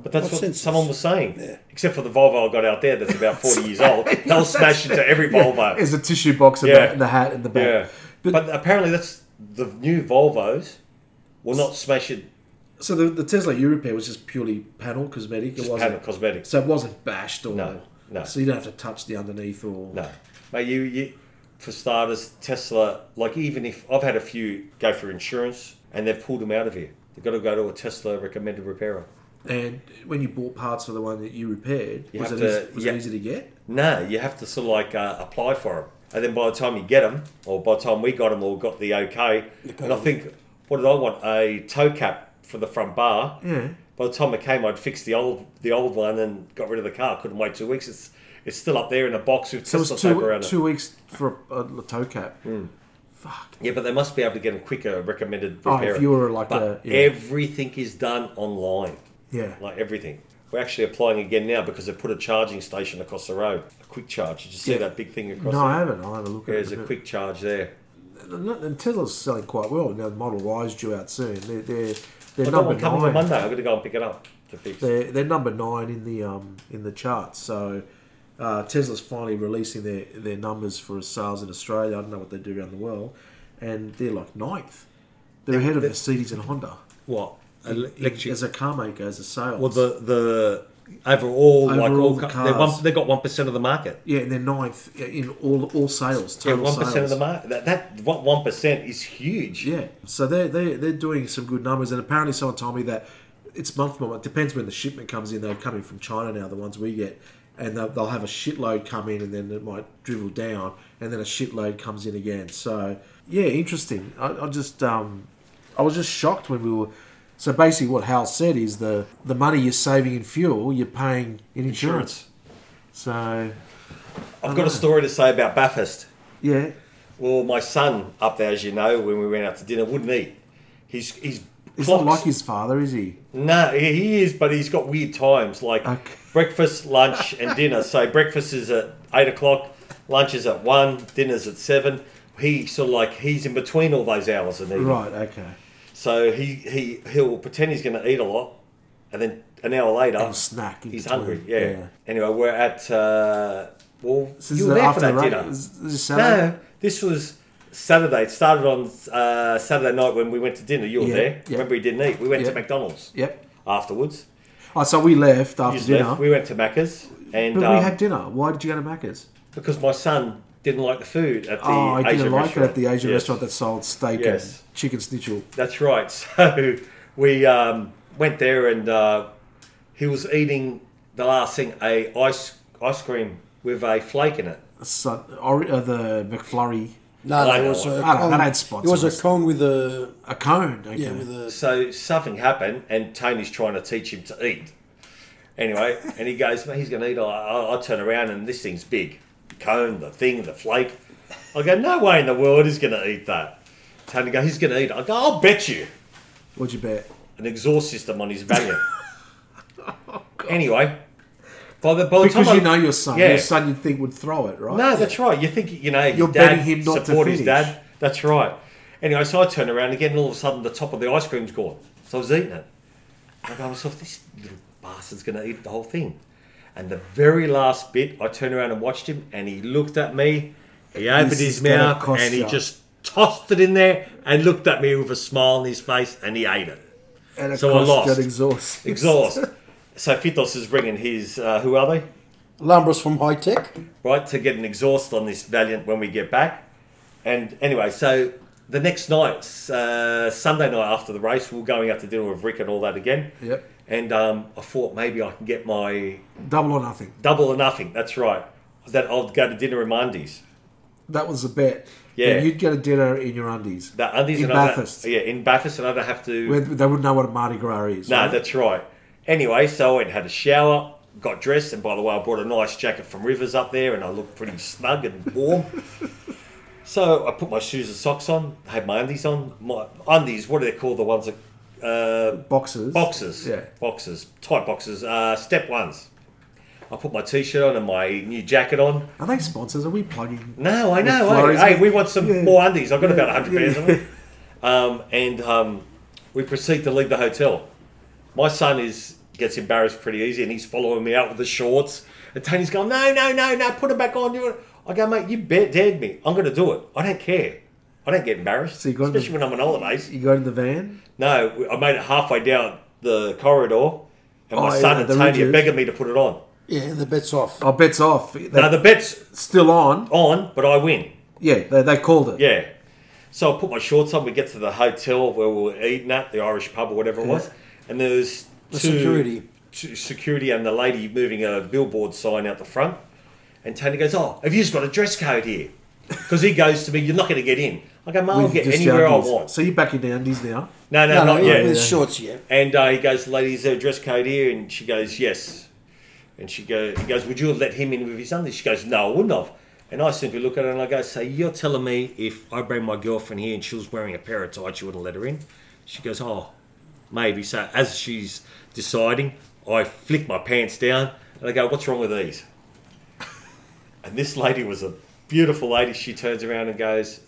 A: But that's
B: What
A: what,
B: senses?
A: someone was saying.
B: Yeah.
A: Except for the Volvo I got out there that's about
C: [laughs]
A: 40 years old. They'll smash into every Volvo.
C: There's a tissue box in,
A: Yeah.
C: the, in the hat in the back.
A: Yeah,
C: But,
A: but, apparently that's the new Volvos will not smash it.
C: so the, the Tesla you repair was just purely panel cosmetic. it
A: Just
C: wasn't.
A: panel cosmetics.
C: So it wasn't bashed or.
A: No, no.
C: So you don't have to touch the underneath or.
A: No, mate. You, you for starters, Tesla. Like even if I've had a few go for insurance and they've pulled them out of here, they've got to go to a Tesla recommended repairer.
C: And when you bought parts for the one that you repaired,
A: You
C: was, it,
A: have to-
C: easy, was
A: yeah.
C: it easy to get?
A: No, you have to sort of like uh, apply for them, and then by the time you get them, or by the time we got them, or got the okay, and I think what did I want? A toe cap for the front bar.
C: Yeah.
A: By the time I came, I'd fixed the old the old one and got rid of the car. Couldn't wait two weeks. It's it's still up there in a Mm. box with
C: So it
A: Tesla
C: was
A: tape
C: two,
A: around
C: two weeks for a, a toe cap. Fuck.
A: it. Yeah, but they must be able to get them quicker. Recommended
C: Oh,
A: repair.
C: if you were like
A: but
C: a. Yeah.
A: everything is done online,
C: yeah.
A: like everything. We're actually applying again now because they put a charging station across the road, a quick charge. Did you see
C: Yeah.
A: that big thing across?
C: no,
A: there?
C: I haven't. I'll have a look at
A: There's
C: it.
A: a quick charge there.
C: and, and Tesla's selling quite well. Now, the Model Y's due out soon. They're, they're, they're
A: I got
C: number
A: one coming on
C: nine.
A: Monday. I'm going to go and pick it up to fix.
C: They're, they're number nine in the um, in the charts. So uh, Tesla's finally releasing their, their numbers for sales in Australia. I don't know what they do around the world. And they're like ninth. They're ahead of Mercedes and Honda.
A: What
C: as a car maker, as a sales.
A: Well, the the overall, like
C: Overall,
A: all
C: the
A: co-
C: cars.
A: they're one, they've got one percent of the market.
C: yeah, and they're ninth in all all sales.
A: Yeah,
C: Total
A: one percent of
C: sales.
A: the market. That that what one percent is huge.
C: Yeah, so they they they're doing some good numbers, and apparently someone told me that it's month by month. Depends when the shipment comes in. They're coming from China now. The ones we get, and they'll, they'll have a shitload come in, and then it might dribble down, and then a shitload comes in again. So yeah, interesting. I, I just um, I was just shocked when we were. So basically, what Hal said is the the money you're saving in fuel, you're paying in insurance. So
A: I've got a story to say about Bathurst.
C: yeah,
A: Well, my son up there, as you know, when we went out to dinner, wouldn't eat. He's he's
C: it's
A: clocks- Mm.
C: not like his father, is he?
A: No, he he is, but he's got weird times like
C: Okay.
A: breakfast, lunch, and dinner. So breakfast is at eight o'clock, lunch is at one, dinner's at seven. He sort of like he's in between all those hours and eating.
C: Right. Okay.
A: So he he he'll pretend he's going to eat a lot, and then an hour later
C: A snack. in
A: he's
C: between.
A: hungry. Yeah. Anyway, we're at uh, well,
C: This
A: you
C: is
A: were there for
C: after
A: that
C: the rain.
A: dinner.
C: Is, is this Saturday?
A: No, this was Saturday. It started on uh, Saturday night when we went to dinner. You were
C: Yeah,
A: there.
C: yeah.
A: Remember, he didn't eat. We went to
C: Yeah.
A: McDonald's
C: Yep.
A: afterwards.
C: Oh, so we left
A: You
C: after
A: just
C: dinner.
A: left. We went to Macca's, and
C: but we
A: um,
C: had dinner. Why did you go to Macca's?
A: because my son didn't like the food at the
C: Oh, I
A: Asian
C: didn't like
A: restaurant.
C: it at the Asian
A: Yes,
C: restaurant that sold steak
A: Yes.
C: and chicken schnitzel.
A: That's right. [laughs] So we um, went there, and uh, he was eating the last thing a ice ice cream with a flake in it.
C: So, or, uh, the McFlurry,
B: No,
A: I
B: no,
A: know
B: it was
A: what-
B: a
C: I don't know,
B: cone.
C: that had spots
B: It was
C: on
B: a
C: it.
B: cone with a
C: a cone. Okay.
B: yeah, with a
A: So something happened, and Tony's trying to teach him to eat. Anyway, and he goes, "Mate, he's going to eat." I, I, I turn around, and this thing's big, cone, the thing, the flake. I go, "No way in the world he's going to eat that." Tony goes, "He's going to eat." it." I go, "I'll bet you
C: What'd you bet?
A: an exhaust system on his
C: [laughs]
A: Valiant." anyway, by the by the
C: Oh, Because
A: time
C: you
A: I-
C: know your son.
A: yeah.
C: Your son you'd think would throw it, right?
A: No, that's right. You think you know his
C: You're
A: dad
C: betting him not to
A: support his
C: finish.
A: dad. That's right. Anyway, so I turn around again, and all of a sudden, the top of the ice cream's gone. So I was eating it. I go myself, this little bastard's going to eat the whole thing. And the very last bit, I turned around and watched him, and he looked at me. He opened
C: is
A: his
C: gonna
A: mouth,
C: cost
A: and he
C: ya.
A: just tossed it in there, and looked at me with a smile on his face, and he ate it.
C: and of
A: so I
C: course,
A: lost.
C: got exhaust.
A: Exhaust. so Fitos is bringing his. Uh, who are they?
B: Lambros from High Tech.
A: right, to get an exhaust on this Valiant when we get back. And anyway, so the next night, uh, Sunday night after the race, we are going out to dinner with Rick and all that again.
C: Yep.
A: And um, I thought maybe I can get my
C: Double or nothing.
A: double or nothing. That's right. That I'll go to dinner in my undies.
C: That was the bet.
A: Yeah.
C: And you'd get a dinner in your undies.
A: That undies
C: In
A: and I don't-
C: Bathurst.
A: yeah, in Bathurst, and I don't have to.
C: Where they wouldn't know what a Mardi Gras is.
A: No,
C: right?
A: that's right. Anyway, so I went and had a shower, got dressed, and by the way, I brought a nice jacket from Rivers up there, and I looked pretty snug and
C: [laughs]
A: warm. so I put my shoes and socks on, had my undies on, my undies. What do they call the ones that uh,
C: boxes.
A: boxes?
C: Yeah.
A: boxes, tight boxes, uh, step ones. I put my t-shirt on and my new jacket on.
C: Are they sponsors? Are we plugging?
A: No, I know.
C: flowers
A: Hey, hey,
C: with-
A: we want some
C: yeah.
A: more undies. I've got
C: Yeah,
A: about about 100
C: yeah.
A: pairs of them. Um, and um, we proceed to leave the hotel. My son is gets embarrassed pretty easy and he's following me out with the shorts. And Tony's going, no, no, no, no, put them back on. Do it. I go, mate, you bet dared me. I'm going to do it. I don't care. I don't get embarrassed,
C: So you got
A: especially
C: the-
A: when I'm on holidays.
C: You go in the van.
A: No, we- I made it halfway down the corridor and my
C: Oh,
A: son
C: yeah,
A: and
C: the
A: Tony are
C: ridges.
A: begging me to put it on.
B: Yeah, and the bet's off.
C: Oh, bet's off.
A: Now, the bet's
C: still on.
A: on, but I win.
C: Yeah, they, they called it.
A: Yeah. So I put my shorts on. We get to the hotel where we were eating at the Irish pub or whatever it was, and there's
B: Uh-huh. The security.
A: two security, and the lady moving a billboard sign out the front. And Tony goes, "Oh, have you just got a dress code here?" Because he goes to me, "You're not going to get in." I go, "Mum, I'll
C: With
A: get
C: just
A: anywhere
C: your
A: I
C: undies.
A: want."
C: So you're back in the undies now.
A: No, no,
B: No, no,
A: not yet.
B: with shorts, yeah.
A: And uh, he goes, "Lady, is there a dress code here?" And she goes, "Yes." And she go, he goes, "Would you have let him in with his undies?" She goes, "No, I wouldn't have." And I simply look at her and I go, "So you're telling me if I bring my girlfriend here and she was wearing a pair of tights, you wouldn't let her in?" She goes, "Oh, maybe." So as she's deciding, I flick my pants down and I go, "What's wrong with these?" And this lady was a beautiful lady. She turns around and goes,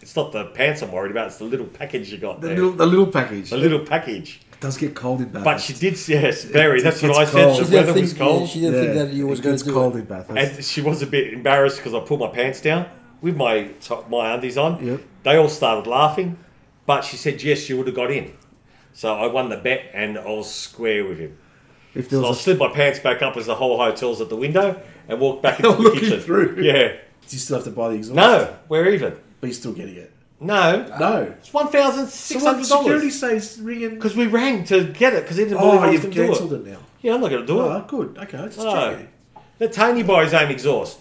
A: "It's not the pants I'm worried about. It's the little package you got
C: The,
A: there.
C: little, the little package.
A: the little package."
C: It does get cold in Bathurst.
A: But she did, yes, very.
C: it
A: That's what
C: gets
A: I
C: cold.
A: said. The
B: She didn't
A: weather
B: think-
A: was cold,
B: yeah, she didn't think that you was
C: it
B: going
C: gets
B: to do
C: cold
B: it.
C: in Bathurst.
A: and she was a bit embarrassed because I pulled my pants down with my top, my undies on.
C: Yep.
A: They all started laughing, but she said yes, you would have got in. So I won the bet, and I was square with him.
C: if there
A: So I
C: was a,
A: slid my pants back up as the whole hotel's at the window and walked back
C: [laughs]
A: into the
C: Looking
A: kitchen.
C: through.
A: Yeah.
C: you still have to buy the exhaust.
A: No, we're even.
C: but you're still getting it.
A: No,
C: No.
A: it's one thousand
C: So
A: six
C: what
A: hundred
C: security
A: dollars.
C: says ringing.
A: Because we rang to get it because he didn't believe
C: Oh,
A: I was
C: you've
A: going to do
C: cancelled
A: it. Ah.
C: it now.
A: Yeah, I'm not going to do it.
C: Oh, good. Okay, just
A: No.
C: checking.
A: Let Tony buy his own exhaust.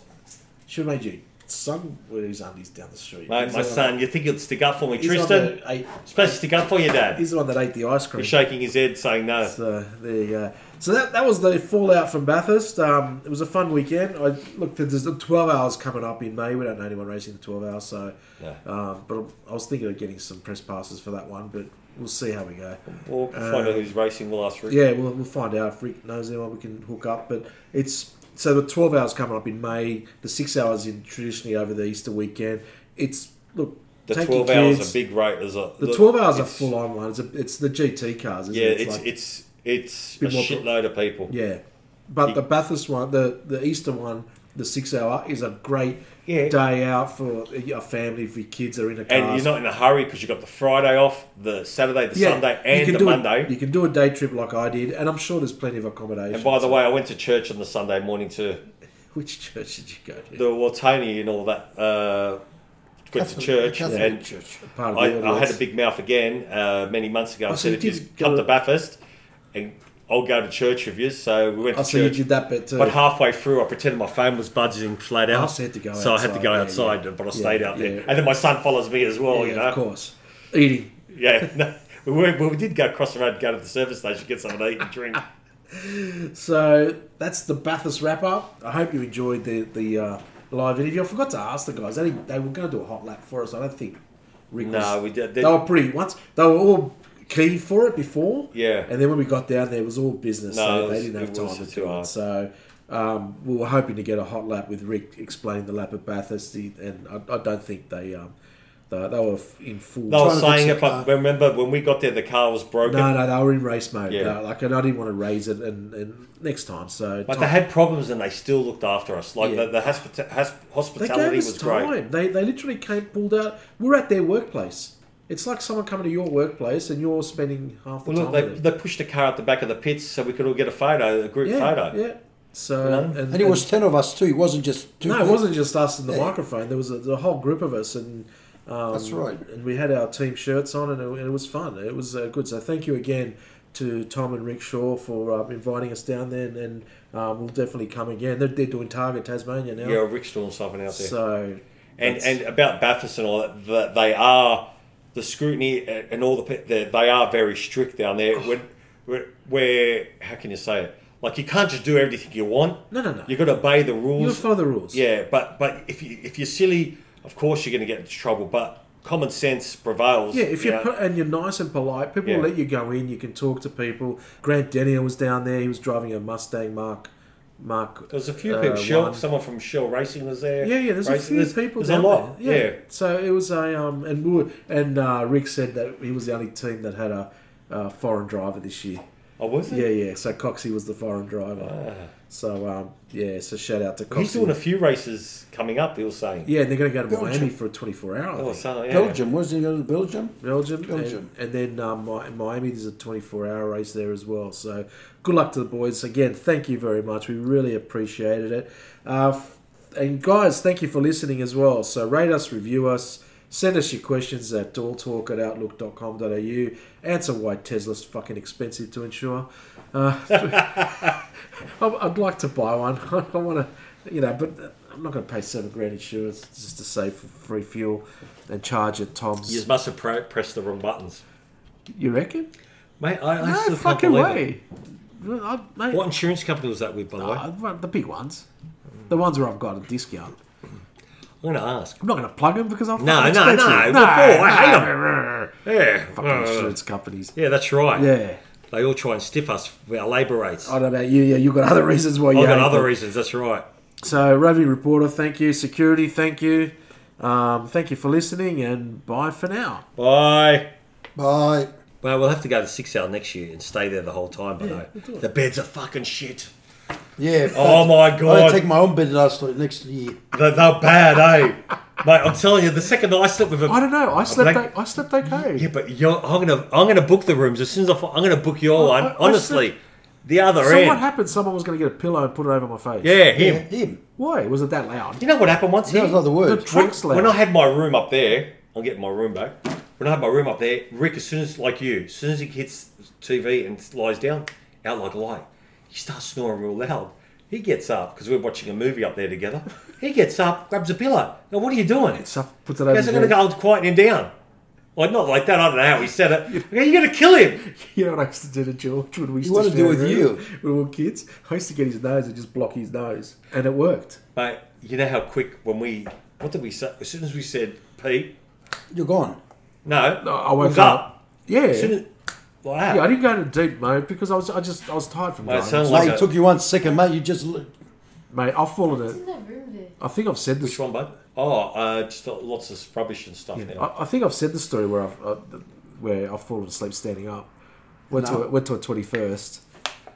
C: Should have made you son with his undies down the street.
A: Mate,
C: He's
A: my
C: the one-
A: son, you think he'll stick up for me,
C: he's the one
A: Tristan?
C: that ate-
A: Supposed to stick up for you, Dad.
C: He's the one that ate the ice cream.
A: He's shaking his head, saying no.
C: So uh, there you go. So that, that was the fallout from Bathurst. Um, it was a fun weekend. I looked at there's the 12 hours coming up in May. We don't know anyone racing the 12 hours, so
A: No.
C: um, but I was thinking of getting some press passes for that one, but we'll see how we go.
A: We'll find out who's racing the last week.
C: uh, Yeah, we'll, we'll find out if Rick knows anyone we can hook up. But it's so the 12 hours coming up in May, the six hours in traditionally over the Easter weekend. It's look,
A: The
C: take your
A: twelve hours
C: kids.
A: are big rate. There's a
C: The 12 hours are
A: it's-
C: full on one. It's, a, it's the GT cars, isn't
A: Yeah,
C: it?
A: it's
C: like-
A: it's it's,
C: Bit
A: a
C: more-
A: shitload of people.
C: Yeah, but the Bathurst one, the the Easter one, the six hour is a great
A: Yeah.
C: day out for a family if your kids are in a car.
A: And you're not in a hurry because you've got the Friday off, the Saturday, the Sunday,
C: you
A: and
C: can
A: the
C: do a-
A: Monday.
C: you can do a day trip like I did, and I'm sure there's plenty of accommodation.
A: and by the way, I went to church on the Sunday morning to
C: [laughs] which church did you go to?
A: the Waltoni and all that. Uh, went to
B: Catholic-
A: church
B: Catholic
A: and
B: church.
C: Part of
A: I,
C: the
A: I had a
C: audience.
A: big mouth again uh, many months ago. I
C: Oh, so
A: said,
C: you
A: if you
C: did
A: come
C: go-
A: to Bathurst, and I'll go to church with you. So we went to
C: Oh, so you
A: church.
C: did that bit too.
A: But halfway through, I pretended my phone was budging flat out.
C: so you had to go
A: So I had to
C: outside,
A: go
C: yeah,
A: outside,
C: yeah.
A: but I stayed
C: Yeah,
A: out there.
C: yeah.
A: And then my son follows me as well,
C: yeah,
A: you know.
C: of course, eating.
A: [laughs] Yeah. No, we, were, well, we did go across the road and go to the service station, get something to eat and
C: [laughs]
A: drink.
C: So that's the Bathurst wrap up. I hope you enjoyed the the uh, live interview. I forgot to ask the guys. They, didn't- they were going to do a hot lap for us. I don't think. Rick
A: No,
C: was-
A: we did.
C: They were pretty once. They were all keen for it before.
A: Yeah.
C: And then when we got down there, it was all business.
A: No,
C: so
A: it
C: they
A: was-
C: didn't have
A: it
C: time
A: was
C: to
A: too
C: do it.
A: hard.
C: So um, we were hoping to get a hot lap with Rick explaining the lap at Bathurst, the- and I, I don't think they um, they, they were in full.
A: they were
B: Trying to fix
A: saying
B: the
A: it, but remember when we got there, the car was broken.
C: no, no, they were in race mode.
A: Yeah.
C: They were like, and I didn't want to raise it, and, and next time. So
A: But
C: time-
A: they had problems and they still looked after us. Like
C: Yeah.
A: the, the hospita- hosp-
C: They
A: hospitality
C: gave us
A: was
C: time.
A: great.
C: They they literally came pulled out. We're at their workplace. It's like someone coming to your workplace and you're spending half the
A: Well, look,
C: time.
A: they,
C: with them.
A: they pushed the car out the back of the pits so we could all get a photo, a group
C: yeah,
A: photo.
C: yeah. So
A: know?
C: and,
B: And it was ten of us too. It wasn't just two.
C: no, it
B: people.
C: wasn't just us and the
B: Yeah.
C: microphone. There was a, the whole group of us, and um,
B: That's right.
C: And we had our team shirts on, and it, and it was fun. It was uh, good. So thank you again to Tom and Rick Shaw for uh, inviting us down there, and, and um, we'll definitely come again. They're, they're doing Target Tasmania now,
A: Yeah, a rickshaw and something out there.
C: so
A: and
C: that's-
A: and about Bathurst and all that, that they are the scrutiny and and all the pe- they they are very strict down there.
C: Oh.
A: When, where, where how can you say it? Like you can't just do everything you want.
C: No, no, no.
A: You got to obey the
C: you
A: rules.
C: follow the rules.
A: yeah, but but if you if you're silly, of course you're going to get into trouble. But common sense prevails.
C: Yeah, if
A: you
C: you're
A: know.
C: pr- and you're nice and polite, people
A: Yeah.
C: will let you go in. You can talk to people. Grant Dennier was down there. He was driving a Mustang Mark Mark.
A: there's a few
C: uh,
A: people. Shell,
C: one.
A: someone from Shell Racing was there.
C: Yeah, yeah. There's a
A: Racing-
C: few people.
A: There's
C: down
A: a lot.
C: There.
A: yeah.
C: So it was a um, and we were, and uh, Rick said that he was the only team that had a, uh foreign driver this year.
A: Oh, was it?
C: Yeah, yeah. So Coxie was the foreign driver. So um, yeah. So shout out to Coxie.
A: Ah. He's doing a few races coming up. He was saying.
C: yeah, and they're going to go to
B: Belgium.
C: Miami for a 24 hour. I
A: Oh,
C: think.
A: so, yeah.
B: Belgium. Wasn't it? Go to Belgium.
C: Belgium, and-
B: Belgium.
C: and, then um, Mi- Miami. There's a 24-hour race there as well. So, good luck to the boys again. Thank you very much. We really appreciated it. Uh, f- and guys, thank you for listening as well. So, rate us, review us, send us your questions at dolltalk at outlook.com.au. Answer why Tesla's fucking expensive to insure. Uh, [laughs] I- I'd like to buy one. [laughs] I want to, you know, but I'm not going to pay seven grand insurance just to save for free fuel and charge at Tom's.
A: You must have pre- pressed the wrong buttons.
C: You reckon?
A: Mate, I, I
C: No
A: still
C: fucking
A: can't believe
C: way. I, mate,
A: It. What insurance company was that with, by the way?
C: I- I- the big ones. The ones where I've got a discount.
A: I'm going to ask.
C: I'm not going to plug them because I'm
A: No,
C: fucking
A: no, no,
C: expensive.
A: before, I hate 'em.
C: no.
A: Yeah. Uh,
C: Fucking insurance companies.
A: yeah, that's right.
C: Yeah.
A: They all try and stiff us with our labour rates.
C: I
A: I've
C: don't know about you. Yeah, you've got other reasons why you
A: got
C: hate
A: other
C: them.
A: reasons, that's right.
C: So, Ravi Reporter, thank you. Security, thank you. Um, thank you for listening and bye for now.
A: Bye.
B: Bye.
A: Well, we'll have to go to Six Hour next year and stay there the whole time, but no. The beds are fucking shit.
B: Yeah.
A: Oh, my
B: I
A: God.
B: take my own bed last night. Next year.
A: They're, they're bad, eh? Mate, I'm telling you, the second I slept with a
C: I don't know. I slept.
A: like-
C: o- I slept okay.
A: Yeah, but you're, I'm gonna I'm gonna book the rooms as soon as I. fi- I'm gonna book your
C: I-
A: one.
C: I
A: honestly, the other
C: so
A: end.
C: what happened? Someone was going to get a pillow and put it over my face.
A: yeah, him.
B: Him.
C: Why was it that loud?
A: You know what happened once?
B: That
A: He-
B: was not the
C: The
B: word.
C: truck's loud.
A: When I had my room up there, I'll get my room back. When I had my room up there, Rick, as soon as like you, as soon as he hits TV and lies down, out like a light, he starts snoring real loud. He gets up because we're watching a movie up there together. He gets up, grabs a pillow. Now, what are you doing?
C: Stuff puts it over.
A: Guys,
C: his
A: I'm going to
C: head.
A: go quieten him down. Well, not like that. I don't know how he said it. You're going to kill him.
C: You know what I used to do to George when we used
D: What
C: to
D: to do
C: share a
D: with
C: room
D: you?
C: when we were kids? I used to get his nose and just block his nose, and it worked.
A: Mate, you know how quick when we, what did we say? As soon as we said Pete,
D: You're gone.
A: no,
C: No, I
A: it
C: woke
A: was
C: up. Yeah,
A: As soon as, like that.
C: yeah. I didn't go into deep mode because I was I just I was tired from
A: Mate, it
C: driving.
A: sounds
D: Mate,
A: like
D: it
A: a-
D: took you one second, mate. You just l-
C: Mate, I've fallen.
E: in
C: A,
E: that room there?
C: I think I've said
A: Which
C: this.
A: one, bud? Oh, uh, just lots of rubbish and stuff now.
C: I, I think I've said the story where I've uh, where I've fallen asleep standing up. Went to
D: No.
C: a, went to a twenty first,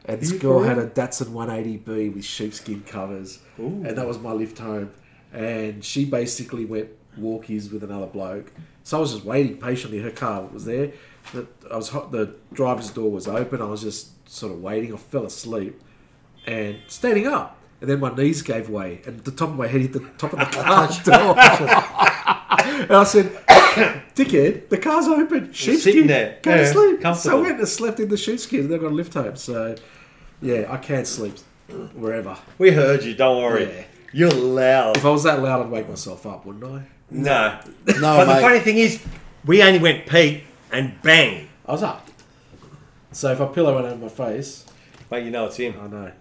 C: and this
D: you
C: girl
D: for
C: had a Datsun one eighty B with sheepskin covers, and that was my lift home. And she basically went walkies with another bloke. So I was just waiting patiently. Her car was there. The, I was hot, the driver's door was open. I was just sort of waiting. I fell asleep and standing up. And then my knees gave way, and the top of my head hit the
D: [laughs]
C: top of the car door. and I said, [coughs] "Dickhead, the car's open. Sheepskin,
A: sitting there.
C: go
A: Yeah,
C: to sleep." So I
A: comfortable.
C: went and slept in the sheepskin, and then I got a lift home. So, yeah, I can't sleep wherever.
A: We heard you. Don't worry.
C: Yeah.
A: You're loud.
C: If I was that loud, I'd wake myself up, wouldn't I?
A: No.
D: no,
A: but the funny
D: mate.
A: thing is, we only went Pete and bang.
C: I was up. So if I pillow went over my face,
A: Mate, you know it's him.
C: I know.